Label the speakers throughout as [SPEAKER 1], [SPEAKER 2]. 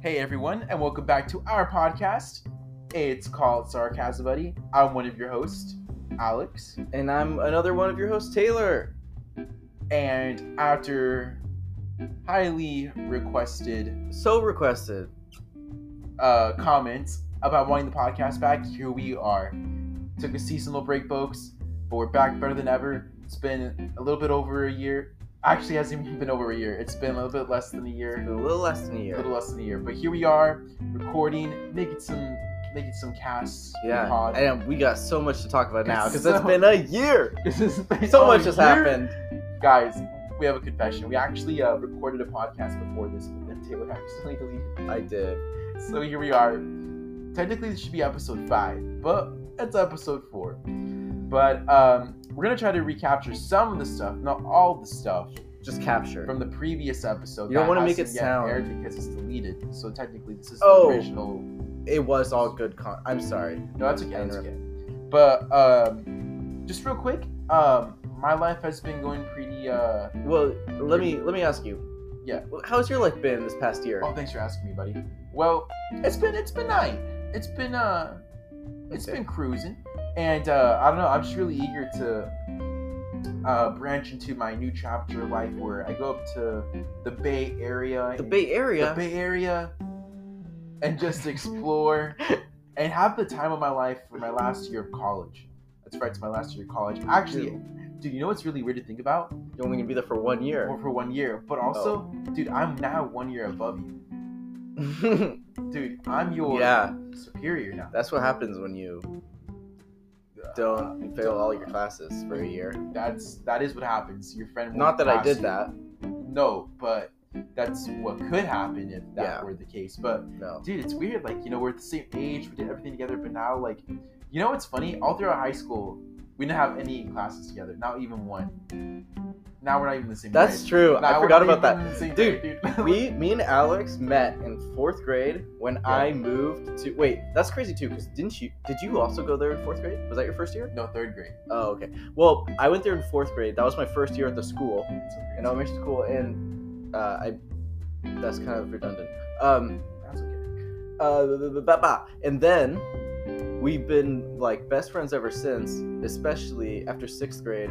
[SPEAKER 1] Hey everyone, and welcome back to our podcast. It's called Sarcasm Buddy. I'm one of your hosts, Alex.
[SPEAKER 2] And I'm another one of your hosts, Taylor.
[SPEAKER 1] And after highly requested
[SPEAKER 2] So requested.
[SPEAKER 1] uh, comments about wanting the podcast back, here we are. Took a seasonal break, folks, but we're back better than ever. It's been a little bit over a year. Actually, it hasn't even been over a year. It's been a little bit less than a year.
[SPEAKER 2] A little less than a
[SPEAKER 1] a
[SPEAKER 2] year.
[SPEAKER 1] little less than a year. But here we are, recording, making some making some casts.
[SPEAKER 2] Yeah.
[SPEAKER 1] pod.
[SPEAKER 2] And we got so much to talk about now because
[SPEAKER 1] So-
[SPEAKER 2] it's been a year.
[SPEAKER 1] This is
[SPEAKER 2] So much has
[SPEAKER 1] Oh, you're-
[SPEAKER 2] happened.
[SPEAKER 1] guys. We have a confession. We actually uh, recorded a podcast before this, but then Taylor accidentally deleted.
[SPEAKER 2] I did.
[SPEAKER 1] it. So here we are. Technically, this should be episode five, but it's episode four. But um, we're gonna try to recapture some of the stuff, not all the stuff,
[SPEAKER 2] Just capture.
[SPEAKER 1] from the previous episode.
[SPEAKER 2] You don't
[SPEAKER 1] that
[SPEAKER 2] wanna make it
[SPEAKER 1] hasn't yet
[SPEAKER 2] sound-
[SPEAKER 1] aired because it's deleted. So technically, this is
[SPEAKER 2] Oh.
[SPEAKER 1] the original
[SPEAKER 2] it was all good con I'm sorry.
[SPEAKER 1] No, that's okay. That's
[SPEAKER 2] Interrupt.
[SPEAKER 1] okay. But um, just real quick, um, my life has been going pretty. Uh,
[SPEAKER 2] Well, let me let me ask you.
[SPEAKER 1] Yeah.
[SPEAKER 2] Well, How's your life been this past year?
[SPEAKER 1] oh, thanks for asking me, buddy. Well, it's been it's been night. It's been uh, it's
[SPEAKER 2] Okay.
[SPEAKER 1] been cruising, and uh, I don't know. I'm just really eager to uh, branch into my new chapter of life where I go up to the Bay Area.
[SPEAKER 2] the
[SPEAKER 1] and-
[SPEAKER 2] Bay Area.
[SPEAKER 1] the Bay Area and just explore and have the time of my life for my last year of college. That's right, it's my last year of college. Actually, dude, you know what's really weird to think about?
[SPEAKER 2] You're only gonna be there for one year.
[SPEAKER 1] Well, for one year,
[SPEAKER 2] Oh.
[SPEAKER 1] but also, dude, I'm now one year above you. Dude, I'm your
[SPEAKER 2] yeah.
[SPEAKER 1] superior now.
[SPEAKER 2] That's what happens when you don't fail all your classes for a year.
[SPEAKER 1] That's that is what happens. Your friend. will
[SPEAKER 2] Not that I
[SPEAKER 1] pass
[SPEAKER 2] did
[SPEAKER 1] you.
[SPEAKER 2] that.
[SPEAKER 1] No, but that's what could happen if that
[SPEAKER 2] Yeah.
[SPEAKER 1] were the case. But
[SPEAKER 2] No.
[SPEAKER 1] dude, it's weird. Like, you know, we're at the same age, we did everything together, but now, like, you know what's funny? All throughout high school, we didn't have any classes together, not even one. Now we're not even the same.
[SPEAKER 2] That's
[SPEAKER 1] grade.
[SPEAKER 2] true.
[SPEAKER 1] Now
[SPEAKER 2] I
[SPEAKER 1] we're
[SPEAKER 2] forgot
[SPEAKER 1] not
[SPEAKER 2] about that.
[SPEAKER 1] even in the same
[SPEAKER 2] Dude,
[SPEAKER 1] grade, dude.
[SPEAKER 2] we, me and Alex met in fourth grade when I moved to. Wait, that's crazy too. Because didn't you? Did you also go there in fourth grade? Was that your first year?
[SPEAKER 1] no third grade.
[SPEAKER 2] Oh, okay. Well, I went there in fourth grade. That was my first year at the school,
[SPEAKER 1] It's okay.
[SPEAKER 2] in elementary school, and uh, I. That's kind of redundant. Um,
[SPEAKER 1] That's okay.
[SPEAKER 2] uh, blah, blah, blah, blah. and then we've been like best friends ever since. Especially after sixth grade.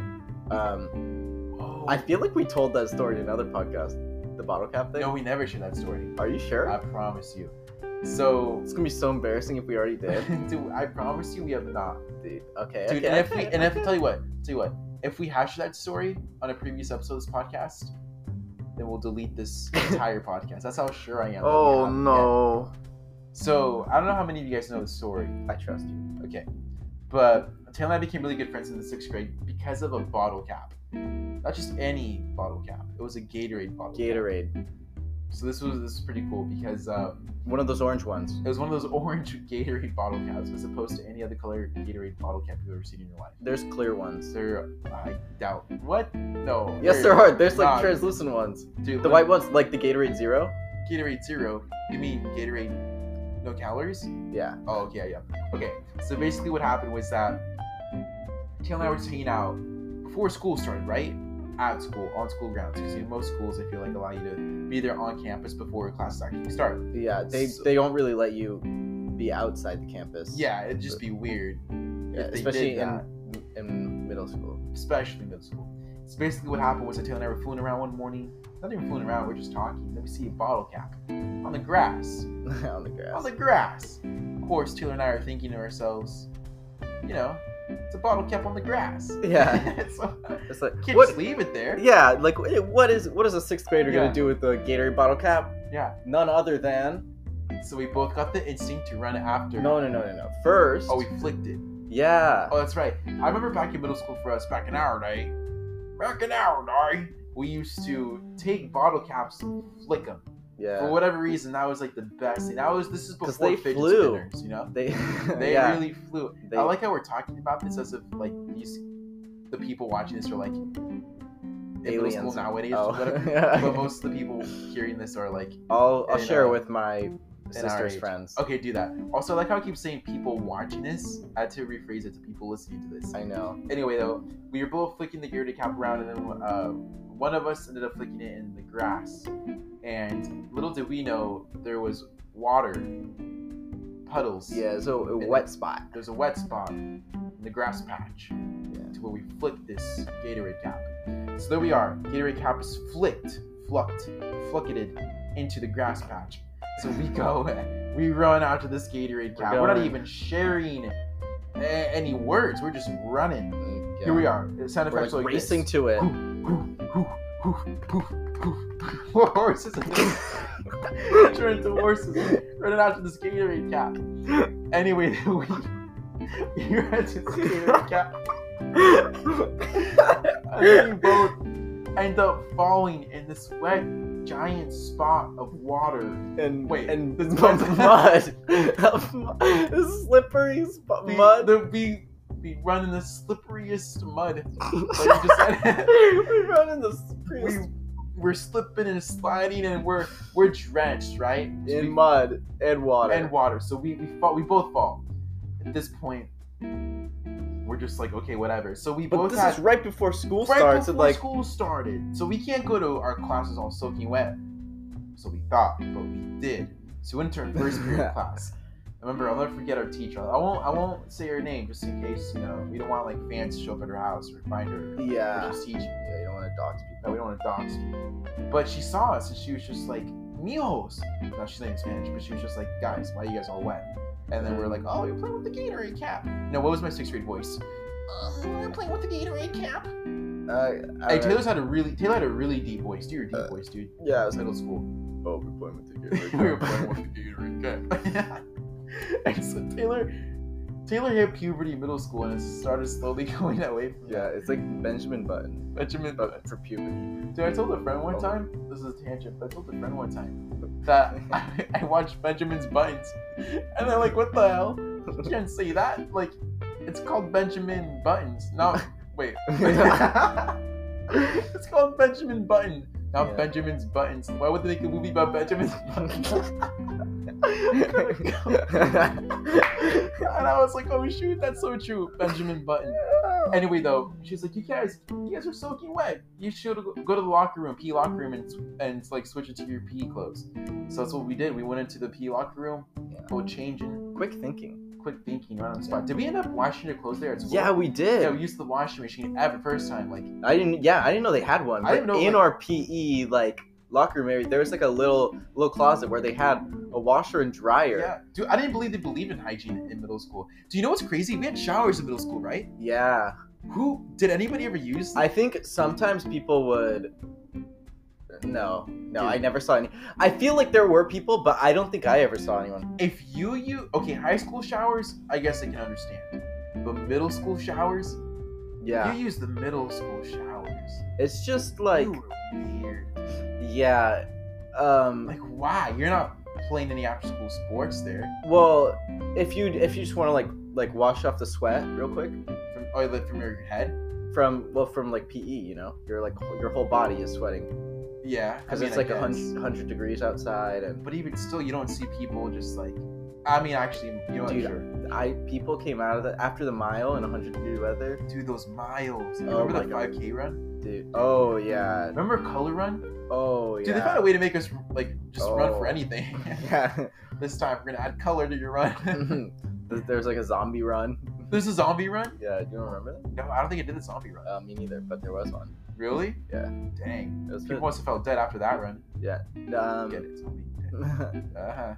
[SPEAKER 2] Um,
[SPEAKER 1] Oh,
[SPEAKER 2] I feel like we told that story in another podcast, the bottle cap thing.
[SPEAKER 1] no, we never shared that story.
[SPEAKER 2] Are you sure?
[SPEAKER 1] I promise you. So,
[SPEAKER 2] It's gonna be so embarrassing if we already did.
[SPEAKER 1] dude, I promise you, we have not.
[SPEAKER 2] Dude, okay.
[SPEAKER 1] Dude,
[SPEAKER 2] okay,
[SPEAKER 1] and if we,
[SPEAKER 2] okay,
[SPEAKER 1] and if
[SPEAKER 2] okay.
[SPEAKER 1] tell you what, tell you what, if we hash that story on a previous episode of this podcast, then we'll delete this entire podcast. That's how sure I am. that we
[SPEAKER 2] Oh
[SPEAKER 1] have-
[SPEAKER 2] no.
[SPEAKER 1] yeah. So I don't know how many of you guys know the story,
[SPEAKER 2] I trust you.
[SPEAKER 1] okay? But Taylor and I became really good friends in the sixth grade because of a bottle cap. Not just any bottle cap. It was a Gatorade bottle. cap.
[SPEAKER 2] Gatorade.
[SPEAKER 1] So this was this is pretty cool because um,
[SPEAKER 2] One of those orange ones.
[SPEAKER 1] it was one of those orange Gatorade bottle caps as opposed to any other color Gatorade bottle cap you've ever seen in your life.
[SPEAKER 2] There's clear ones.
[SPEAKER 1] There, I doubt. What? No.
[SPEAKER 2] Yes, there are. There's like
[SPEAKER 1] Nah.
[SPEAKER 2] translucent ones.
[SPEAKER 1] Dude,
[SPEAKER 2] The white ones, like the Gatorade Zero.
[SPEAKER 1] Gatorade Zero. You mean Gatorade no calories?
[SPEAKER 2] Yeah.
[SPEAKER 1] Oh, yeah, yeah. Okay, so basically what happened was that Taylor and I were just hanging out before school started, right? At school, on school grounds. Because in most schools, I feel like allow you to be there on campus before classes actually start.
[SPEAKER 2] Yeah. They
[SPEAKER 1] So-
[SPEAKER 2] they don't really let you be outside the campus.
[SPEAKER 1] Yeah, it'd just be weird,
[SPEAKER 2] Yeah,
[SPEAKER 1] if they
[SPEAKER 2] especially
[SPEAKER 1] did that.
[SPEAKER 2] in in middle school.
[SPEAKER 1] especially middle school. So basically what happened was that Taylor and I were fooling around one morning. Not even fooling around, we're just talking. Then we see a bottle cap on the grass.
[SPEAKER 2] on the grass.
[SPEAKER 1] on the grass. Of course, Taylor and I are thinking to ourselves, you know, it's a bottle cap on the grass.
[SPEAKER 2] yeah.
[SPEAKER 1] so
[SPEAKER 2] It's like
[SPEAKER 1] can't
[SPEAKER 2] what
[SPEAKER 1] just leave it there.
[SPEAKER 2] yeah, like what is what is a sixth grader
[SPEAKER 1] Yeah.
[SPEAKER 2] gonna do with the Gatorade bottle cap?
[SPEAKER 1] Yeah.
[SPEAKER 2] None other than
[SPEAKER 1] So we both got the instinct to run after.
[SPEAKER 2] No, no, no, no, no. First,
[SPEAKER 1] Oh, we flicked it.
[SPEAKER 2] yeah,
[SPEAKER 1] Oh, that's right. I remember back in middle school for us, back in our day, back in our day, we used to take bottle caps and flick them. For
[SPEAKER 2] yeah.
[SPEAKER 1] whatever reason, that was like the best thing. That was this is
[SPEAKER 2] 'Cause
[SPEAKER 1] before
[SPEAKER 2] they
[SPEAKER 1] fidget
[SPEAKER 2] flew.
[SPEAKER 1] spinners, you know.
[SPEAKER 2] They,
[SPEAKER 1] They
[SPEAKER 2] yeah,
[SPEAKER 1] really flew.
[SPEAKER 2] they,
[SPEAKER 1] I like how we're talking about this as if like these the people watching this are like in middle school
[SPEAKER 2] Aliens.
[SPEAKER 1] nowadays,
[SPEAKER 2] Oh,
[SPEAKER 1] whatever.
[SPEAKER 2] yeah.
[SPEAKER 1] but most of the people hearing this are like,
[SPEAKER 2] I'll I'll
[SPEAKER 1] in,
[SPEAKER 2] share
[SPEAKER 1] uh,
[SPEAKER 2] with my sister's
[SPEAKER 1] age.
[SPEAKER 2] friends.
[SPEAKER 1] okay, do that. Also, I like how I keep saying people watching this. I had to rephrase it to people listening to this.
[SPEAKER 2] I know.
[SPEAKER 1] Anyway, though, we were both flicking the gear to cap around, and then uh, one of us ended up flicking it in the grass. And little did we know, there was water puddles.
[SPEAKER 2] Yeah, so a wet spot.
[SPEAKER 1] There's a wet spot in the grass patch to where we flick this Gatorade cap. So there we are. Gatorade cap is flicked, flucked, flucketed into the grass patch. So we go, we run out to this Gatorade cap. We're, not
[SPEAKER 2] going.
[SPEAKER 1] even sharing a- any words. We're just running. Here we are. The sound
[SPEAKER 2] We're
[SPEAKER 1] effects
[SPEAKER 2] like
[SPEAKER 1] like this.
[SPEAKER 2] racing to it.
[SPEAKER 1] horses turn into horses running after this Gatorade cap. Anyway, we we ran to this Gatorade cap and we both end up falling in this wet giant spot of water.
[SPEAKER 2] and
[SPEAKER 1] Wait,
[SPEAKER 2] and
[SPEAKER 1] this
[SPEAKER 2] this
[SPEAKER 1] mud-
[SPEAKER 2] mud, this slippery sp-
[SPEAKER 1] We,
[SPEAKER 2] mud.
[SPEAKER 1] the, we we run in the slipperiest mud. Like you just said.
[SPEAKER 2] we run in the slippery
[SPEAKER 1] We we're slipping and sliding and we're we're drenched, right? So
[SPEAKER 2] in
[SPEAKER 1] we-
[SPEAKER 2] mud and water.
[SPEAKER 1] and water. So we we fall, we both fall. At this point, we're just like, okay, whatever. So we
[SPEAKER 2] but
[SPEAKER 1] both
[SPEAKER 2] this
[SPEAKER 1] had
[SPEAKER 2] is right before school
[SPEAKER 1] right
[SPEAKER 2] starts.
[SPEAKER 1] before
[SPEAKER 2] and like
[SPEAKER 1] school started, so we can't go to our classes all soaking wet. So we thought, but we did. So we went to our first period class. I remember, I'll never forget our teacher. I won't I won't say her name just in case you know we don't want like fans to show up at her house or find her.
[SPEAKER 2] yeah,
[SPEAKER 1] Or she's teaching.
[SPEAKER 2] yeah, you don't want to dox
[SPEAKER 1] No, we don't want to dox people. But she saw us and she was just like, Mijos. Now she's not in Spanish, but she was just like, guys, why are you guys all wet? And then we're like, oh, you're playing with the Gatorade cap. No, what was my sixth grade voice? Uh, you're playing with the Gatorade cap.
[SPEAKER 2] people. Uh, I
[SPEAKER 1] Hey,
[SPEAKER 2] don't-
[SPEAKER 1] Taylor's had a really Taylor had a really deep voice. Do your deep
[SPEAKER 2] Uh,
[SPEAKER 1] voice, dude.
[SPEAKER 2] yeah, I
[SPEAKER 1] It's
[SPEAKER 2] was like,
[SPEAKER 1] middle school.
[SPEAKER 2] oh, we're playing with the
[SPEAKER 1] we were playing with the Gatorade cap. and so Taylor, Taylor hit puberty in middle school and it started slowly going that way. From
[SPEAKER 2] yeah, it's like Benjamin Button,
[SPEAKER 1] Benjamin Button.
[SPEAKER 2] but for puberty.
[SPEAKER 1] Dude, I told a friend one time. This is a tangent, but I told a friend one time that I, I watched Benjamin's Buttons, and they're like, "What the hell? You can't say that! Like, it's called Benjamin Buttons, not wait. it's called Benjamin Button, not
[SPEAKER 2] Yeah.
[SPEAKER 1] Benjamin's Buttons. Why would they make a movie about Benjamin's Buttons? and I was like, "Oh shoot, that's so true, Benjamin Button." Anyway, though, she's like, "You guys, you guys are soaking wet. You should go to the locker room, pee locker room, and and like switch into your pee clothes." So that's what we did. We went into the pee locker room,
[SPEAKER 2] Yeah.
[SPEAKER 1] both changing,
[SPEAKER 2] Quick thinking.
[SPEAKER 1] quick thinking right on the spot. Did we end up washing your clothes there? At school?
[SPEAKER 2] Yeah, we did.
[SPEAKER 1] yeah. We used the washing machine ever first time. Like,
[SPEAKER 2] I didn't. Yeah, I didn't know they had one.
[SPEAKER 1] I
[SPEAKER 2] but
[SPEAKER 1] didn't know,
[SPEAKER 2] in
[SPEAKER 1] like-
[SPEAKER 2] our PE like locker room area, there was like a little little closet where they had a washer and dryer.
[SPEAKER 1] yeah, dude, I didn't believe they believed in hygiene in middle school. Do you know what's crazy? We had showers in middle school, right?
[SPEAKER 2] Yeah.
[SPEAKER 1] Who did anybody ever use?
[SPEAKER 2] I think sometimes people would. No, no,
[SPEAKER 1] Dude.
[SPEAKER 2] I never saw any. I feel like there were people, but I don't think I ever saw anyone.
[SPEAKER 1] if you you okay, high school showers, I guess I can understand, but middle school showers.
[SPEAKER 2] Yeah,
[SPEAKER 1] You use the middle school showers.
[SPEAKER 2] it's just like
[SPEAKER 1] you were weird.
[SPEAKER 2] yeah, um,
[SPEAKER 1] Like why? You're not playing any after school sports there.
[SPEAKER 2] well, if you if you just want to like like wash off the sweat real quick
[SPEAKER 1] From oh like from your head?
[SPEAKER 2] from well from like PE, you know, your like your whole body is sweating.
[SPEAKER 1] Yeah. I
[SPEAKER 2] because
[SPEAKER 1] mean,
[SPEAKER 2] it's
[SPEAKER 1] I
[SPEAKER 2] like
[SPEAKER 1] guess.
[SPEAKER 2] 100, 100 degrees outside and
[SPEAKER 1] But even still you don't see people just like I mean actually you know what
[SPEAKER 2] Dude,
[SPEAKER 1] sure.
[SPEAKER 2] i people came out of the after the mile in 100 degree weather
[SPEAKER 1] Dude, those miles.
[SPEAKER 2] Oh
[SPEAKER 1] Remember the
[SPEAKER 2] my God.
[SPEAKER 1] five K run?
[SPEAKER 2] dude oh yeah
[SPEAKER 1] Remember color run?
[SPEAKER 2] oh yeah
[SPEAKER 1] Dude, they found a way to make us like just run for
[SPEAKER 2] Oh.
[SPEAKER 1] anything.
[SPEAKER 2] yeah
[SPEAKER 1] this time we're gonna add color to your run.
[SPEAKER 2] There- there's like a zombie run
[SPEAKER 1] There's a zombie run?
[SPEAKER 2] yeah do you remember that
[SPEAKER 1] No, I don't think I did the zombie run.
[SPEAKER 2] uh, me neither but there was one
[SPEAKER 1] Really?
[SPEAKER 2] Yeah.
[SPEAKER 1] Dang.
[SPEAKER 2] it was
[SPEAKER 1] People must have felt dead after that run.
[SPEAKER 2] good.
[SPEAKER 1] Get
[SPEAKER 2] um
[SPEAKER 1] it, zombie. Uh huh.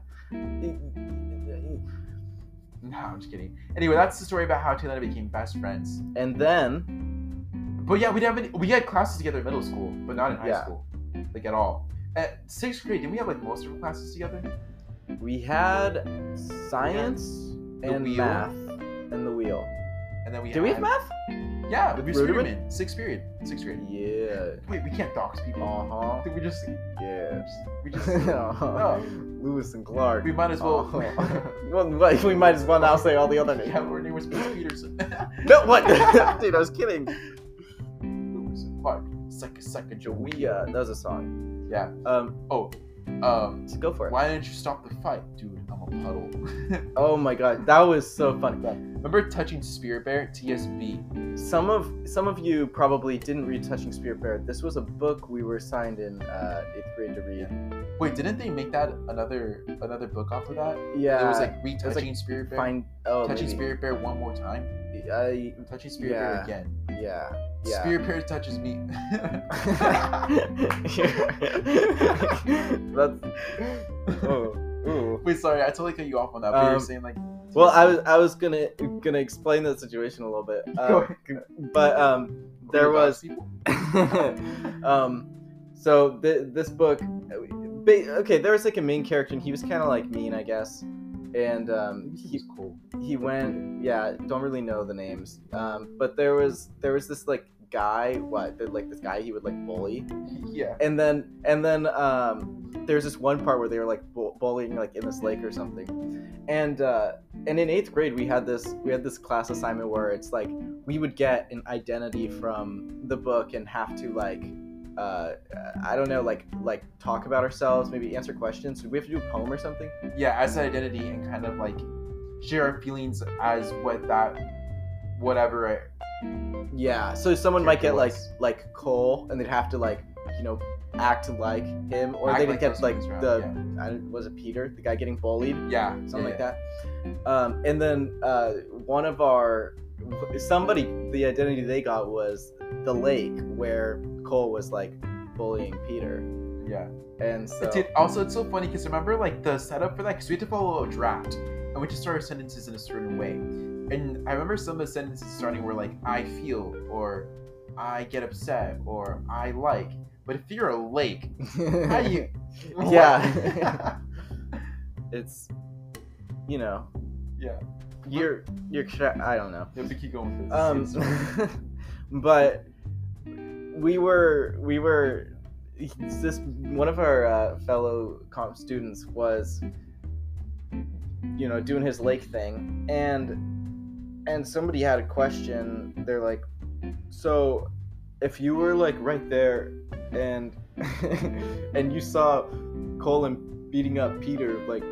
[SPEAKER 1] No, I'm just kidding. Anyway, that's the story about how Taylor and I became best friends.
[SPEAKER 2] and then
[SPEAKER 1] But yeah, we didn't have any, we had classes together in middle school, but not in high
[SPEAKER 2] Yeah.
[SPEAKER 1] school, like at all. At sixth grade, didn't we have like most of our classes together?
[SPEAKER 2] we had science
[SPEAKER 1] The
[SPEAKER 2] and
[SPEAKER 1] wheel.
[SPEAKER 2] math and the wheel
[SPEAKER 1] And then we
[SPEAKER 2] did we have
[SPEAKER 1] had-
[SPEAKER 2] math
[SPEAKER 1] Yeah, with
[SPEAKER 2] With
[SPEAKER 1] Bruce
[SPEAKER 2] Ruderman?
[SPEAKER 1] Ruderman, sixth period, sixth grade.
[SPEAKER 2] yeah
[SPEAKER 1] Wait, we can't dox people.
[SPEAKER 2] uh-huh
[SPEAKER 1] Did we just
[SPEAKER 2] yeah
[SPEAKER 1] we just
[SPEAKER 2] no. Lewis and Clark.
[SPEAKER 1] we might as well.
[SPEAKER 2] well, like, we might as well now say Oh. all the other names.
[SPEAKER 1] yeah, our name was Bruce Peterson.
[SPEAKER 2] No, what? Dude, I was kidding.
[SPEAKER 1] Lewis and Clark, sucka sucka Joey.
[SPEAKER 2] We, uh, that was a song.
[SPEAKER 1] Yeah.
[SPEAKER 2] Um,
[SPEAKER 1] oh, Um,
[SPEAKER 2] just go for it.
[SPEAKER 1] why didn't you stop the fight, dude? I'm a puddle.
[SPEAKER 2] Oh my god, that was so funny.
[SPEAKER 1] Remember touching Spirit Bear TSB?
[SPEAKER 2] Some of some of you probably didn't read Touching Spirit Bear. This was a book we were assigned in uh, eighth grade to read.
[SPEAKER 1] Wait, didn't they make that another another book off of that?
[SPEAKER 2] Yeah,
[SPEAKER 1] It was like retouching Spirit Bear,
[SPEAKER 2] find oh
[SPEAKER 1] touching
[SPEAKER 2] maybe.
[SPEAKER 1] Spirit Bear one more time,
[SPEAKER 2] I
[SPEAKER 1] and touching Spirit Bear
[SPEAKER 2] Yeah.
[SPEAKER 1] again.
[SPEAKER 2] yeah yeah.
[SPEAKER 1] Spirit Bear touches me.
[SPEAKER 2] That's oh ooh.
[SPEAKER 1] Wait, sorry, I totally cut you off on that. But you were
[SPEAKER 2] Um,
[SPEAKER 1] saying like,
[SPEAKER 2] Well, I was I was gonna gonna explain the situation a little bit,
[SPEAKER 1] Go
[SPEAKER 2] uh,
[SPEAKER 1] ahead.
[SPEAKER 2] but um, there
[SPEAKER 1] Who the
[SPEAKER 2] was
[SPEAKER 1] dogs people?
[SPEAKER 2] um, so th- this book, ba- okay, there was like a main character, and he was kind of like mean, I guess, and um, he
[SPEAKER 1] He's cool.
[SPEAKER 2] he went, yeah, don't really know the names, um, but there was there was this like guy, what, that, like this guy he would like bully,
[SPEAKER 1] Yeah.
[SPEAKER 2] and then and then um, there's this one part where they were like bu- bullying like in this lake or something, and uh, and in eighth grade we had this we had this class assignment where it's like we would get an identity from the book and have to like uh, I don't know like like talk about ourselves maybe answer questions so we have to do a poem or something
[SPEAKER 1] yeah, as an identity and kind of like share our feelings as what that whatever.
[SPEAKER 2] yeah so someone might get like
[SPEAKER 1] Character-wise.
[SPEAKER 2] like Cole and they'd have to like you know act like him or
[SPEAKER 1] act
[SPEAKER 2] they'd get
[SPEAKER 1] those
[SPEAKER 2] like
[SPEAKER 1] things around,
[SPEAKER 2] the I don't was it Peter the guy getting bullied
[SPEAKER 1] yeah, yeah
[SPEAKER 2] something like that. Um, and then uh, one of our somebody the identity they got was the lake where Cole was like bullying Peter,
[SPEAKER 1] like yeah.
[SPEAKER 2] and so
[SPEAKER 1] Dude, also it's so funny because remember like the setup for that because we had to follow a draft and we just start our sentences in a certain way. And I remember some of the sentences starting were like I feel or I get upset or I like. But if you're a lake, how do you?
[SPEAKER 2] Yeah. it's you know
[SPEAKER 1] yeah.
[SPEAKER 2] you're you're tra- I don't know.
[SPEAKER 1] Yeah, we keep going with this.
[SPEAKER 2] Um,
[SPEAKER 1] It's so-
[SPEAKER 2] but we were we were this one of our uh, fellow comp students was you know doing his lake thing and and somebody had a question they're like so if you were like right there and and you saw colin beating up peter like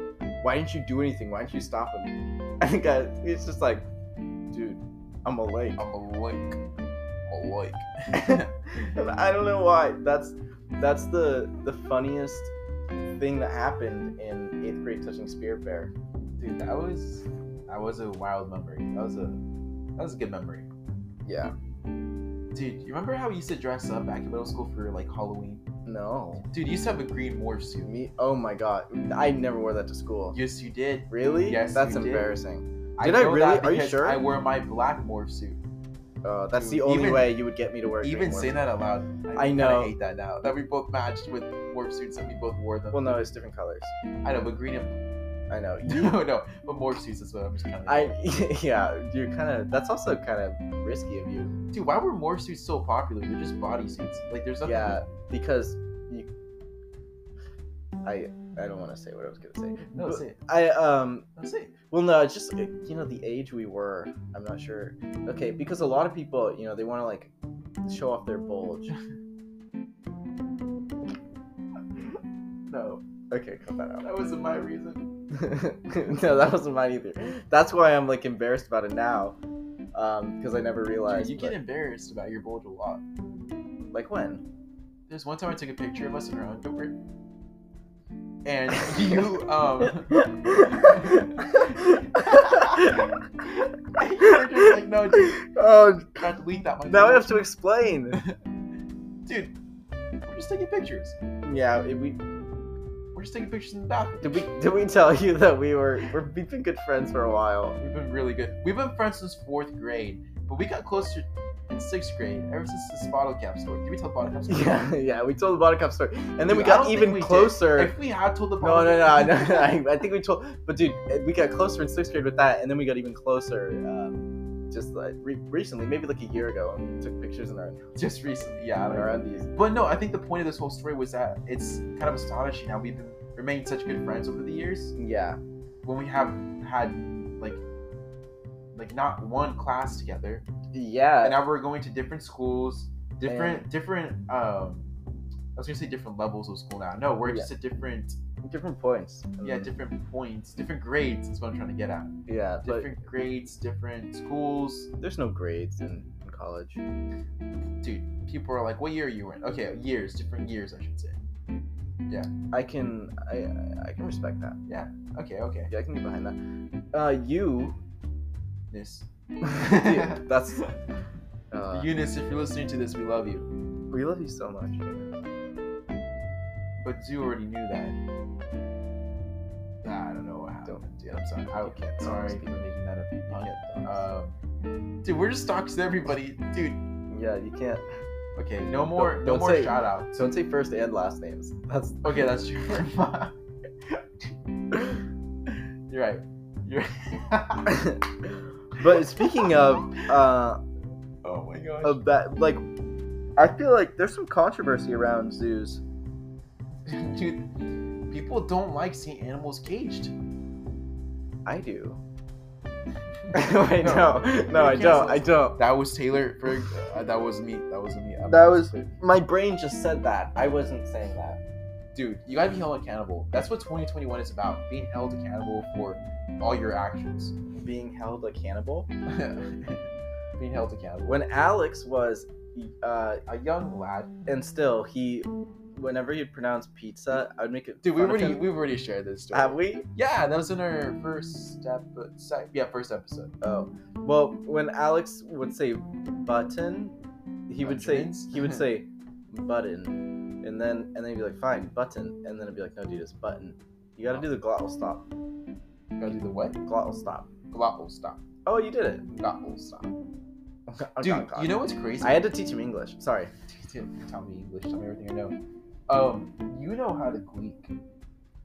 [SPEAKER 2] why didn't you do anything why didn't you stop him i think I, it's just like dude i'm a lake
[SPEAKER 1] I'm a lake. I'm a lake.
[SPEAKER 2] and I don't know why. That's that's the the funniest thing that happened in eighth grade touching Spirit Bear.
[SPEAKER 1] Dude, that was that was a wild memory. That was a that was a good memory.
[SPEAKER 2] Yeah.
[SPEAKER 1] Dude, you remember how we used to dress up back in middle school for like Halloween?
[SPEAKER 2] No.
[SPEAKER 1] Dude, you used to have a green morph suit.
[SPEAKER 2] Me. Oh my god. I never wore that to school.
[SPEAKER 1] Yes, you did.
[SPEAKER 2] Really?
[SPEAKER 1] Yes,
[SPEAKER 2] That's
[SPEAKER 1] you did.
[SPEAKER 2] embarrassing. Did I
[SPEAKER 1] know
[SPEAKER 2] really?
[SPEAKER 1] that
[SPEAKER 2] Are you
[SPEAKER 1] because
[SPEAKER 2] sure?
[SPEAKER 1] I wore my black morph suit.
[SPEAKER 2] Uh, that's
[SPEAKER 1] Dude,
[SPEAKER 2] the only
[SPEAKER 1] even-
[SPEAKER 2] way you would get me to wear. A green
[SPEAKER 1] Even
[SPEAKER 2] one.
[SPEAKER 1] saying that out loud,
[SPEAKER 2] I know.
[SPEAKER 1] I hate that now. That we both matched with morph suits and we both wore them.
[SPEAKER 2] Well, no, it's different colors.
[SPEAKER 1] I know, but green and
[SPEAKER 2] I know. You.
[SPEAKER 1] no, no, but morph suits is what I'm just kind of.
[SPEAKER 2] I. Yeah. You're kind of. That's also kind of risky of you.
[SPEAKER 1] dude, why were morph suits so popular? They're just body suits. Like there's nothing.
[SPEAKER 2] Yeah. Because you. I. I don't want to say what I was gonna say.
[SPEAKER 1] No,
[SPEAKER 2] But-
[SPEAKER 1] that's it.
[SPEAKER 2] I um
[SPEAKER 1] That's it.
[SPEAKER 2] Well, no, it's just uh, you know the age we were. I'm not sure. Okay, because a lot of people, you know, they want to like show off their bulge.
[SPEAKER 1] No,
[SPEAKER 2] Okay, cut that out.
[SPEAKER 1] that wasn't my reason.
[SPEAKER 2] no, that wasn't mine either. That's why I'm like embarrassed about it now, um, because I never
[SPEAKER 1] Dude,
[SPEAKER 2] realized.
[SPEAKER 1] you get
[SPEAKER 2] but-
[SPEAKER 1] embarrassed about your bulge a lot.
[SPEAKER 2] like when?
[SPEAKER 1] There's one time I took a picture of us in our underwear, and you um. you were just like, no, dude,
[SPEAKER 2] oh,
[SPEAKER 1] I have to delete that one.
[SPEAKER 2] now I have to explain.
[SPEAKER 1] dude, we're just taking pictures.
[SPEAKER 2] yeah, it- we
[SPEAKER 1] We're just taking pictures in the bathroom.
[SPEAKER 2] did we did we tell you that we were we're- we've been good friends for a while.
[SPEAKER 1] We've been really good. We've been friends since fourth grade, but we got closer in sixth grade ever since this bottle cap story. Did we tell the bottle cap story?
[SPEAKER 2] Yeah, yeah, we told the bottle cap story, and then
[SPEAKER 1] Dude,
[SPEAKER 2] we
[SPEAKER 1] I don't
[SPEAKER 2] got
[SPEAKER 1] think
[SPEAKER 2] even
[SPEAKER 1] we did.
[SPEAKER 2] closer.
[SPEAKER 1] If we had told the
[SPEAKER 2] No,
[SPEAKER 1] bottle
[SPEAKER 2] no, no,
[SPEAKER 1] cap-
[SPEAKER 2] no, I, I think we told, but dude, we got closer in sixth grade with that, and then we got even closer, um, just like re- recently, maybe like a year ago, and we took pictures in our in
[SPEAKER 1] just recently. Yeah, I don't
[SPEAKER 2] our
[SPEAKER 1] know.
[SPEAKER 2] undies.
[SPEAKER 1] But no, I think the point of this whole story was that it's kind of astonishing how we've been, remained such good friends over the years
[SPEAKER 2] Yeah,
[SPEAKER 1] when we have had like like not one class together
[SPEAKER 2] yeah,
[SPEAKER 1] and now we're going to different schools, different different um, was gonna say different levels of school now. No, we're
[SPEAKER 2] Yeah. Mm.
[SPEAKER 1] just at different,
[SPEAKER 2] different points.
[SPEAKER 1] yeah, different points, different grades. Is what I'm trying to get at.
[SPEAKER 2] yeah, but
[SPEAKER 1] Different grades, different schools.
[SPEAKER 2] there's no grades in, in college.
[SPEAKER 1] Dude, people are like, "What year are you in?" Okay, years, different years, I should say.
[SPEAKER 2] I can I I can respect that.
[SPEAKER 1] Okay, okay.
[SPEAKER 2] Yeah, I can get behind that. Uh, you,
[SPEAKER 1] This
[SPEAKER 2] dude, that's uh,
[SPEAKER 1] Eunice, if you're listening to this, we love you.
[SPEAKER 2] we love you so much.
[SPEAKER 1] But you already knew that. Nah, I don't know what happened. Dude, I'm sorry. I can't. Sorry for making that up, you punk. Um, dude, we're just talking to everybody, dude.
[SPEAKER 2] Yeah, you can't.
[SPEAKER 1] Okay, no more, no
[SPEAKER 2] don't
[SPEAKER 1] more
[SPEAKER 2] say-
[SPEAKER 1] shout outs.
[SPEAKER 2] Don't say first and last names. That's
[SPEAKER 1] Okay, that's true. You're right. You're. Right.
[SPEAKER 2] but speaking of uh,
[SPEAKER 1] oh my gosh.
[SPEAKER 2] of that, like, I feel like there's some controversy around zoos. Um,
[SPEAKER 1] Dude, people don't like seeing animals caged.
[SPEAKER 2] I do. Wait,
[SPEAKER 1] No.
[SPEAKER 2] no, no, I don't. I don't.
[SPEAKER 1] That was Taylor. For, uh, that was me. That was me. I'm
[SPEAKER 2] That was-
[SPEAKER 1] sorry.
[SPEAKER 2] My brain just said that. I wasn't saying that.
[SPEAKER 1] Dude, you gotta be held accountable. That's what 2021 is about. Being held accountable for all your actions.
[SPEAKER 2] Being held accountable.
[SPEAKER 1] Being held accountable.
[SPEAKER 2] When Alex was uh,
[SPEAKER 1] a young lad,
[SPEAKER 2] and still he whenever he'd pronounce pizza i'd make it
[SPEAKER 1] dude, we
[SPEAKER 2] fun of
[SPEAKER 1] already
[SPEAKER 2] him.
[SPEAKER 1] we've already shared this story.
[SPEAKER 2] have we
[SPEAKER 1] yeah, that was in our first step. sec- Yeah, first episode.
[SPEAKER 2] oh well when alex would say button he would say
[SPEAKER 1] Buttons?
[SPEAKER 2] he would say button and then and then he'd be like fine button and then it'd be like no dude it's button you gotta do the glottal stop
[SPEAKER 1] Gotta do the what?
[SPEAKER 2] glottal stop
[SPEAKER 1] Glottal stop.
[SPEAKER 2] oh you did it
[SPEAKER 1] Glottal stop.
[SPEAKER 2] Oh,
[SPEAKER 1] Dude,
[SPEAKER 2] God, God.
[SPEAKER 1] you know what's crazy?
[SPEAKER 2] i had to teach him english sorry
[SPEAKER 1] tell me English. Tell me everything I know. Um, you know how to Greek,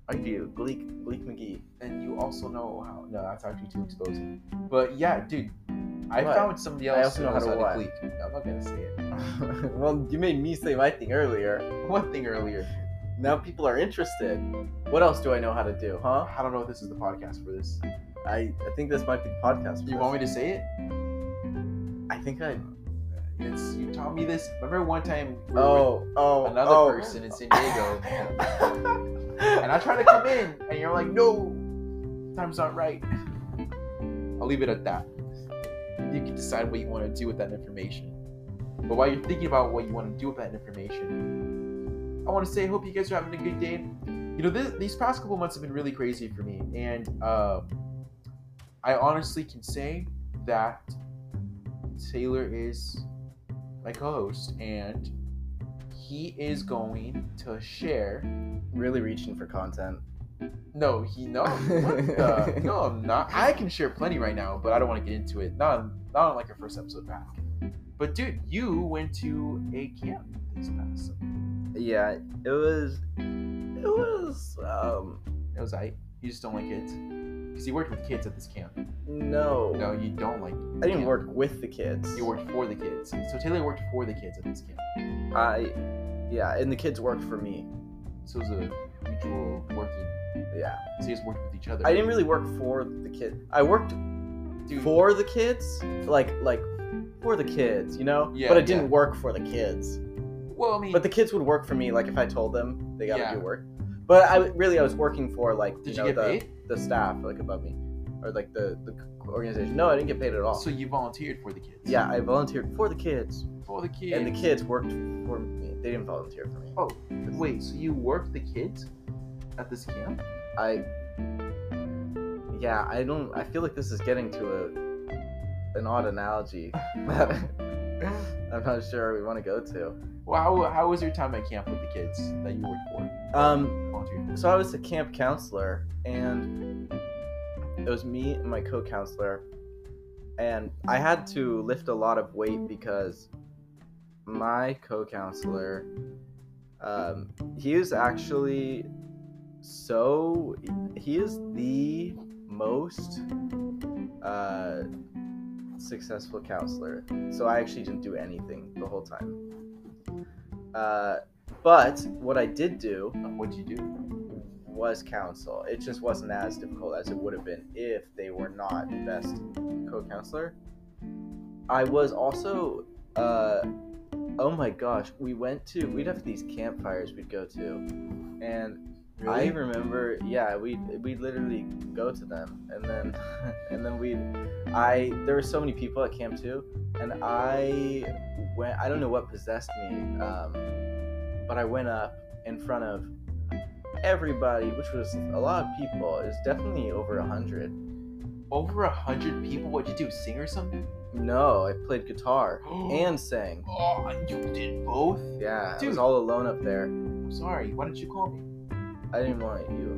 [SPEAKER 2] i do gleek gleek mcgee
[SPEAKER 1] and you also know how. No, that's actually too exposing. But yeah, dude, I
[SPEAKER 2] What?
[SPEAKER 1] found somebody else
[SPEAKER 2] I also
[SPEAKER 1] who
[SPEAKER 2] know how
[SPEAKER 1] knows
[SPEAKER 2] to
[SPEAKER 1] how
[SPEAKER 2] what?
[SPEAKER 1] to Greek. I'm not gonna say it.
[SPEAKER 2] well you made me say my thing earlier
[SPEAKER 1] One thing earlier.
[SPEAKER 2] now people are interested what else do i know how to do huh
[SPEAKER 1] I don't know if this is the podcast for this.
[SPEAKER 2] I, I think this might be the podcast.
[SPEAKER 1] You want me to say it?
[SPEAKER 2] I think I.
[SPEAKER 1] It's you taught me this. Remember one time we were
[SPEAKER 2] Oh, oh,
[SPEAKER 1] with another
[SPEAKER 2] oh.
[SPEAKER 1] person in San Diego, and
[SPEAKER 2] and
[SPEAKER 1] I tried to come in, and you're like, no, time's not right. I'll leave it at that. You can decide what you want to do with that information. But while you're thinking about what you want to do with that information, I want to say, I hope you guys are having a good day. You know, this, these past couple months have been really crazy for me, and um, I honestly can say that Taylor is my co-host, and he is going to share
[SPEAKER 2] really reaching for content.
[SPEAKER 1] no, he no. What the? No, I'm not. I can share plenty right now, but I don't want to get into it. Not on, not on like our first episode back. But dude, you went to a camp this past. Summer.
[SPEAKER 2] Yeah, it was. It was. Um,
[SPEAKER 1] That was I. You just don't like kids because you worked with kids at this camp.
[SPEAKER 2] no.
[SPEAKER 1] No, you don't like.
[SPEAKER 2] I didn't
[SPEAKER 1] yeah.
[SPEAKER 2] work with the kids.
[SPEAKER 1] You worked for the kids. So Taylor worked for the kids at this camp.
[SPEAKER 2] I. Yeah, and the kids worked for me.
[SPEAKER 1] So it was a mutual working.
[SPEAKER 2] Yeah,
[SPEAKER 1] So you just worked with each other.
[SPEAKER 2] I didn't really work for the kids. I worked
[SPEAKER 1] Dude,
[SPEAKER 2] for the kids, like like for the kids, you know.
[SPEAKER 1] Yeah,
[SPEAKER 2] but I didn't
[SPEAKER 1] yeah.
[SPEAKER 2] work for the kids.
[SPEAKER 1] Well, I mean,
[SPEAKER 2] But the kids would work for me, like if I told them they gotta
[SPEAKER 1] Yeah.
[SPEAKER 2] do work. But I really I was working for like you
[SPEAKER 1] did you,
[SPEAKER 2] know,
[SPEAKER 1] get
[SPEAKER 2] the,
[SPEAKER 1] paid?
[SPEAKER 2] the staff like above me, or like the the organization. No, I didn't get paid at all.
[SPEAKER 1] So you volunteered for the kids.
[SPEAKER 2] Oh. yeah, I volunteered for the kids,
[SPEAKER 1] For the kids.
[SPEAKER 2] and the kids worked for me. They didn't volunteer for me.
[SPEAKER 1] Oh, Wait, so you worked the kids at this camp?
[SPEAKER 2] I. Yeah, I don't. I feel like this is getting to a an odd analogy. I'm not sure we want to go to.
[SPEAKER 1] Well, how, how was your time at camp with the kids that you worked for?
[SPEAKER 2] Um,
[SPEAKER 1] Volunteered.
[SPEAKER 2] so I was the camp counselor, and it was me and my co-counselor, and I had to lift a lot of weight because my co-counselor, um, he is actually so he is the most uh, successful counselor. So I actually didn't do anything the whole time. Uh, but what I did do
[SPEAKER 1] What'd you do?
[SPEAKER 2] was counsel. It just wasn't as difficult as it would have been if they were not the best co-counselor. I was also uh, oh my gosh, we went to we'd have these campfires we'd go to, and I remember yeah we we literally go to them and then and then we I there were so many people at camp too, and I went I don't know what possessed me, um, but I went up in front of everybody, which was a lot of people. It was definitely over a hundred.
[SPEAKER 1] Over a hundred people. What'd you do? Sing or something?
[SPEAKER 2] No, I played guitar and sang.
[SPEAKER 1] Oh, you did both.
[SPEAKER 2] Yeah, I
[SPEAKER 1] Dude.
[SPEAKER 2] was all alone up there.
[SPEAKER 1] I'm sorry. Why didn't you call me?
[SPEAKER 2] I didn't want you.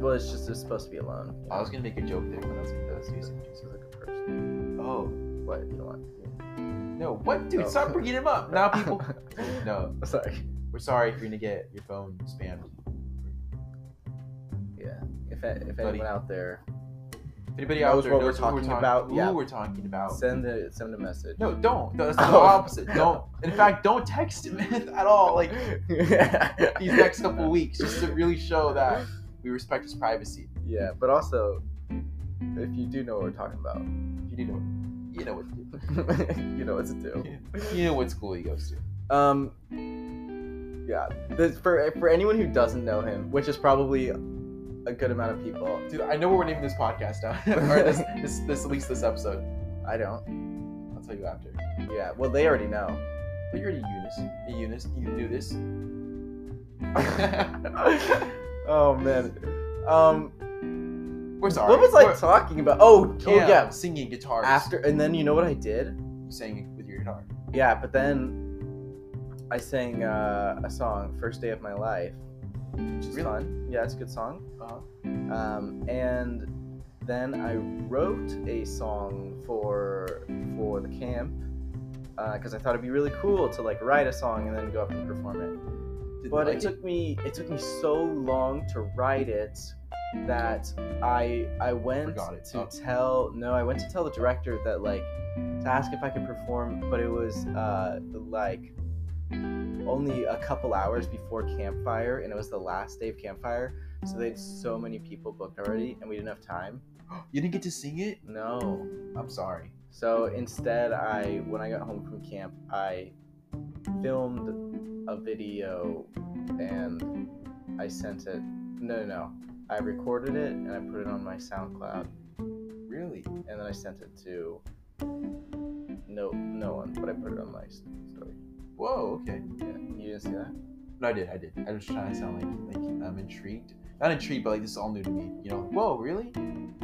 [SPEAKER 2] Well, it's just it's supposed to be alone.
[SPEAKER 1] I was gonna make a joke there, but I was like, that's
[SPEAKER 2] Just-
[SPEAKER 1] using.
[SPEAKER 2] just like a person.
[SPEAKER 1] Oh
[SPEAKER 2] What you want?
[SPEAKER 1] no! What, dude?
[SPEAKER 2] No.
[SPEAKER 1] Stop bringing him up now, people. no,
[SPEAKER 2] Sorry.
[SPEAKER 1] we're sorry if you're gonna get your phone spammed.
[SPEAKER 2] Yeah. If a- if
[SPEAKER 1] Buddy.
[SPEAKER 2] anyone out there,
[SPEAKER 1] Anybody out
[SPEAKER 2] Knows
[SPEAKER 1] there
[SPEAKER 2] what
[SPEAKER 1] knows
[SPEAKER 2] we're
[SPEAKER 1] who
[SPEAKER 2] talking about,
[SPEAKER 1] Who
[SPEAKER 2] yeah.
[SPEAKER 1] we're talking about?
[SPEAKER 2] send a send a message.
[SPEAKER 1] Oh. No, don't. That's the
[SPEAKER 2] Oh.
[SPEAKER 1] opposite. Don't. In fact, don't text him at all. Like these next couple weeks, just to really show that we respect his privacy.
[SPEAKER 2] Yeah, but also, if you do know what we're talking about,
[SPEAKER 1] You do know. You know what to do.
[SPEAKER 2] you know what to do.
[SPEAKER 1] You know what school he goes to.
[SPEAKER 2] Um, yeah. This, for for anyone who doesn't know him, which is probably a good amount of people,
[SPEAKER 1] Dude, I know what we're naming this podcast now, or this, this, this, at least this episode.
[SPEAKER 2] I don't.
[SPEAKER 1] I'll tell you after.
[SPEAKER 2] Yeah. Well, they already know.
[SPEAKER 1] But you're already Eunice. Hey, Eunice, you knew this.
[SPEAKER 2] oh man. Um,
[SPEAKER 1] we're sorry.
[SPEAKER 2] what was I
[SPEAKER 1] We're-
[SPEAKER 2] talking about? Oh, oh
[SPEAKER 1] yeah,
[SPEAKER 2] yeah.
[SPEAKER 1] singing guitars.
[SPEAKER 2] After and then you know what I did?
[SPEAKER 1] singing with your guitar.
[SPEAKER 2] Yeah, but then I sang uh, a song, first day of my life, which is
[SPEAKER 1] Really?
[SPEAKER 2] fun. Yeah, it's a good song.
[SPEAKER 1] Uh-huh.
[SPEAKER 2] um, and then I wrote a song for for the camp because I thought it'd be really cool to like write a song and then go up and perform it.
[SPEAKER 1] Did
[SPEAKER 2] But
[SPEAKER 1] they like
[SPEAKER 2] it took me it took me so long to write it that I I went
[SPEAKER 1] Forgot it.
[SPEAKER 2] to
[SPEAKER 1] Oh.
[SPEAKER 2] tell no I went to tell the director that like to ask if I could perform, but it was uh like only a couple hours before campfire and it was the last day of campfire so they had so many people booked already and we didn't have time
[SPEAKER 1] you didn't get to sing it?
[SPEAKER 2] no
[SPEAKER 1] I'm sorry.
[SPEAKER 2] so instead i when i got home from camp i filmed a video and i sent it no no no i recorded it and i put it on my soundcloud
[SPEAKER 1] Really?
[SPEAKER 2] and then i sent it to no no one but i put it on my s- story
[SPEAKER 1] Whoa. Okay.
[SPEAKER 2] yeah you didn't see that
[SPEAKER 1] No, I did. I did. I was trying to sound like like I'm intrigued. Not intrigued, but like this is all new to me. You know? Whoa, really?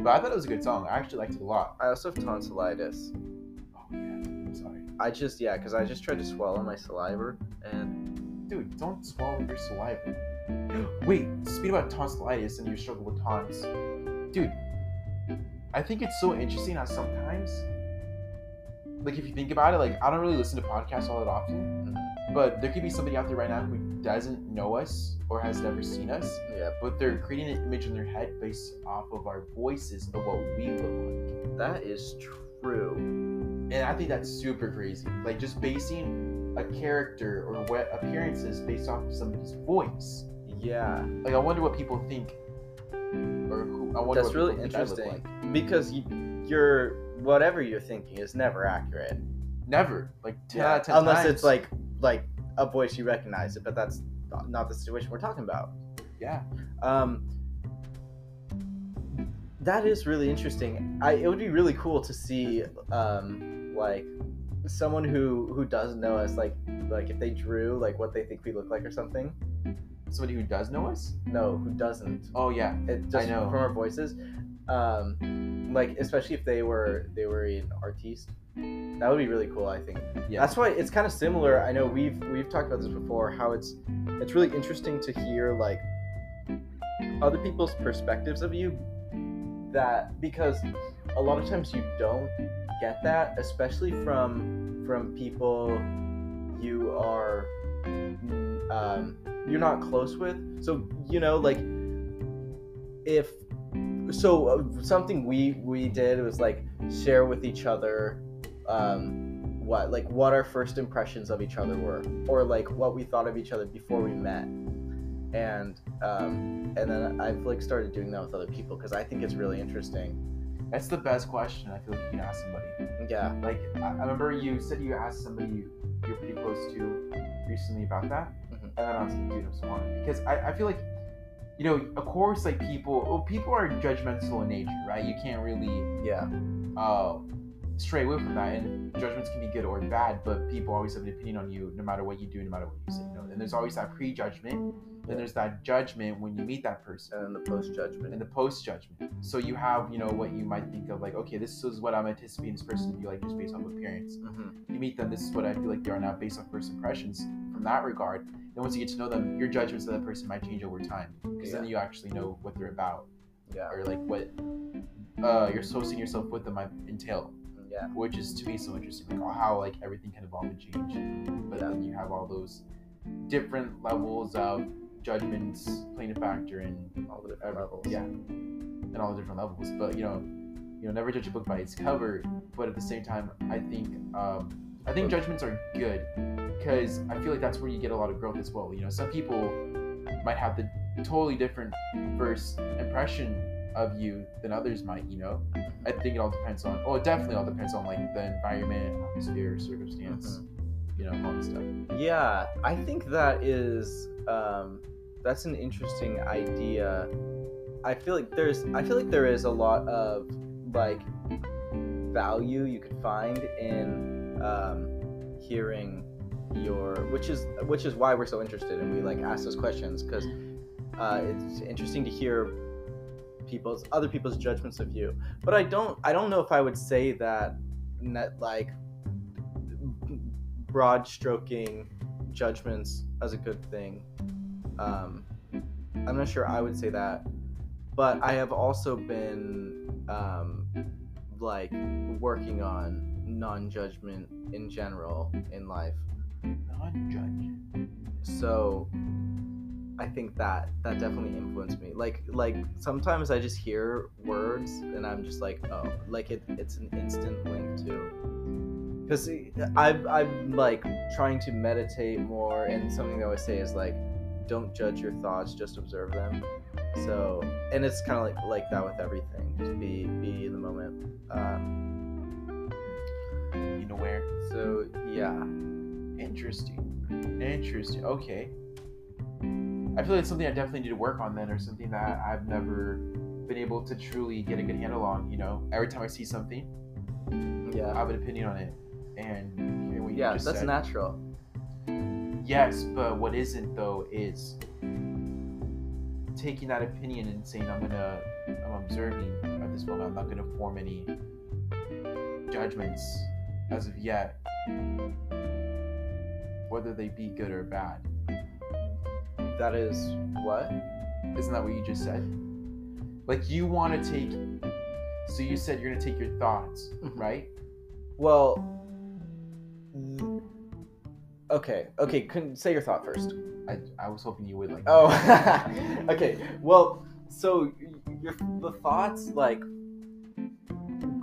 [SPEAKER 1] But I thought it was a good song. I actually liked it a lot.
[SPEAKER 2] i also have tonsillitis
[SPEAKER 1] Oh yeah. I'm sorry,
[SPEAKER 2] i just yeah because i just tried to swallow my saliva and
[SPEAKER 1] dude. Don't swallow your saliva. Wait. Speak about tonsillitis and your struggle with tons, dude. I think it's so interesting how sometimes, like if you think about it, like I don't really listen to podcasts all that often,
[SPEAKER 2] mm,
[SPEAKER 1] but there could be somebody out there right now who doesn't know us or has never seen us,
[SPEAKER 2] yeah
[SPEAKER 1] but they're creating an image in their head based off of our voices of what we look like.
[SPEAKER 2] That is true.
[SPEAKER 1] And I think that's super crazy. Like just basing a character or what appearances based off of somebody's voice.
[SPEAKER 2] Yeah,
[SPEAKER 1] Like I wonder what people think. Or who I wonder
[SPEAKER 2] that's
[SPEAKER 1] what people
[SPEAKER 2] really
[SPEAKER 1] think I look
[SPEAKER 2] interesting
[SPEAKER 1] like.
[SPEAKER 2] because you, you're whatever you're thinking is never accurate.
[SPEAKER 1] Never. Like ten out of ten
[SPEAKER 2] unless
[SPEAKER 1] times.
[SPEAKER 2] it's like like a voice you recognize it, but that's not- not the situation we're talking about.
[SPEAKER 1] Yeah.
[SPEAKER 2] Um, that is really interesting. I it would be really cool to see um, like someone who who doesn't know us like like if they drew like what they think we look like or something.
[SPEAKER 1] Somebody who does know us?
[SPEAKER 2] No, who doesn't.
[SPEAKER 1] Oh yeah.
[SPEAKER 2] it just
[SPEAKER 1] know.
[SPEAKER 2] from our voices um like especially if they were they were an artiste that would be really cool i think
[SPEAKER 1] Yeah.
[SPEAKER 2] that's why it's kind of similar i know we've we've talked about this before how it's it's really interesting to hear like other people's perspectives of you that because a lot of times you don't get that especially from from people you are um, you're not close with so you know like if so uh, something we we did was like share with each other um what like what our first impressions of each other were or like what we thought of each other before we met and um and then i've like started doing that with other people because i think it's really interesting
[SPEAKER 1] That's the best question I feel like you can ask somebody.
[SPEAKER 2] Yeah.
[SPEAKER 1] Like I, I remember you said you asked somebody you, you're pretty close to recently about that,
[SPEAKER 2] Mhm.
[SPEAKER 1] and then I was like, dude, I'm so honored because I, I feel like, you know, of course, like people, well, people are judgmental in nature, right? You can't really
[SPEAKER 2] Yeah.
[SPEAKER 1] uh, stray away from that, and judgments can be good or bad, but people always have an opinion on you, no matter what you do, no matter what you say. You know? And there's always that prejudgment, then there's that judgment when you meet that person
[SPEAKER 2] And then the post
[SPEAKER 1] and
[SPEAKER 2] judgment.
[SPEAKER 1] the post judgment. So you have, you know, what you might think of like, okay, this is what I'm anticipating this person to be like just based on appearance.
[SPEAKER 2] Mm-hmm.
[SPEAKER 1] You meet them, this is what I feel like they are now based on first impressions from that regard. Then once you get to know them, your judgments of that person might change over time because then
[SPEAKER 2] Yeah.
[SPEAKER 1] you actually know what they're about
[SPEAKER 2] Yeah.
[SPEAKER 1] or like what uh, you're associating yourself with them might entail,
[SPEAKER 2] Yeah.
[SPEAKER 1] which is to me so interesting, like oh, how like everything can evolve and change. But
[SPEAKER 2] Yeah.
[SPEAKER 1] then you have all those different levels of judgments playing a factor in
[SPEAKER 2] All the different
[SPEAKER 1] Every-
[SPEAKER 2] levels.
[SPEAKER 1] yeah at all different levels but you know you know never judge a book by its cover but at the same time i think um i think judgments are good because i feel like that's where you get a lot of growth as well you know some people might have the totally different first impression of you than others might you know
[SPEAKER 2] Mm-hmm.
[SPEAKER 1] i think it all depends on oh it definitely all depends on like the environment atmosphere circumstance you know all this stuff
[SPEAKER 2] Yeah, I think that is um, that's an interesting idea. I feel like there's I feel like there is a lot of like value you could find in um, hearing your which is which is why we're so interested and we like ask those questions because uh, it's interesting to hear people's other people's judgments of you. But I don't I don't know if I would say that net like broad stroking judgments as a good thing. Um, I'm not sure I would say that, but I have also been um, like working on non-judgment in general in life.
[SPEAKER 1] non-judge
[SPEAKER 2] So I think that that definitely influenced me. Like like sometimes I just hear words and I'm just like, oh, like it, it's an instant link to because I've, I'm like trying to meditate more, and something they always say is like, don't judge your thoughts, just observe them. So, and it's kind of like like that with everything. Just be be in the moment. Uh,
[SPEAKER 1] you know where
[SPEAKER 2] so yeah,
[SPEAKER 1] Interesting. Interesting. Okay. I feel like it's something I definitely need to work on then, or something that I've never been able to truly get a good handle on. You know, every time I see something, I
[SPEAKER 2] yeah,
[SPEAKER 1] have an opinion on it, and hearing what you
[SPEAKER 2] yeah.
[SPEAKER 1] just
[SPEAKER 2] That's
[SPEAKER 1] said.
[SPEAKER 2] natural.
[SPEAKER 1] yes, but what isn't though is taking that opinion and saying I'm gonna, I'm observing at this moment. I'm not gonna form any judgments as of yet, whether they be good or bad.
[SPEAKER 2] That is what?
[SPEAKER 1] Isn't that what you just said? Like you want to take. So you said you're gonna take your thoughts,
[SPEAKER 2] Mhm.
[SPEAKER 1] right?
[SPEAKER 2] Well, y- okay, okay. Couldn't say your thought first.
[SPEAKER 1] I, I was hoping you would like.
[SPEAKER 2] Oh, okay. Well, so y- your the thoughts like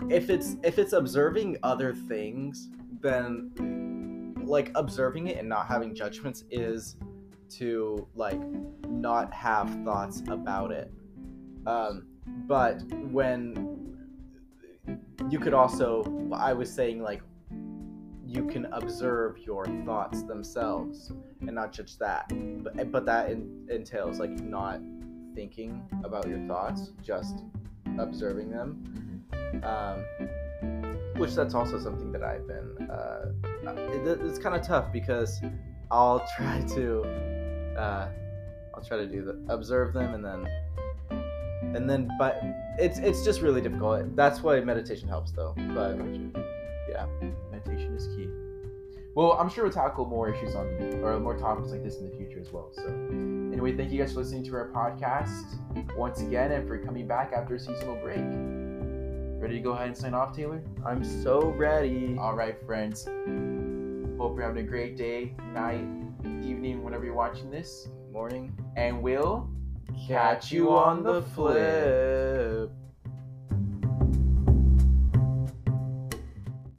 [SPEAKER 2] if it's if it's observing other things, then like observing it and not having judgments is to like not have thoughts about it. Um, but when you could also, I was saying like you can observe your thoughts themselves and not judge that but but that in, entails like not thinking about your thoughts, just observing them.
[SPEAKER 1] Mhm.
[SPEAKER 2] Um, which that's also something that I've been. Uh, it, it's kind of tough because I'll try to, uh, I'll try to do the observe them and then, and then but it's it's just really difficult. That's why meditation helps though. But
[SPEAKER 1] Gotcha.
[SPEAKER 2] Yeah.
[SPEAKER 1] Meditation is key. Well, I'm sure we'll tackle more issues on or more topics like this in the future as well. So, anyway, thank you guys for listening to our podcast once again and for coming back after a seasonal break. Ready to go ahead and sign off, Taylor?
[SPEAKER 2] I'm so ready.
[SPEAKER 1] All right, friends. Hope you're having a great day, night, evening, whenever you're watching this.
[SPEAKER 2] Morning.
[SPEAKER 1] And we'll catch you on the flip.
[SPEAKER 2] flip.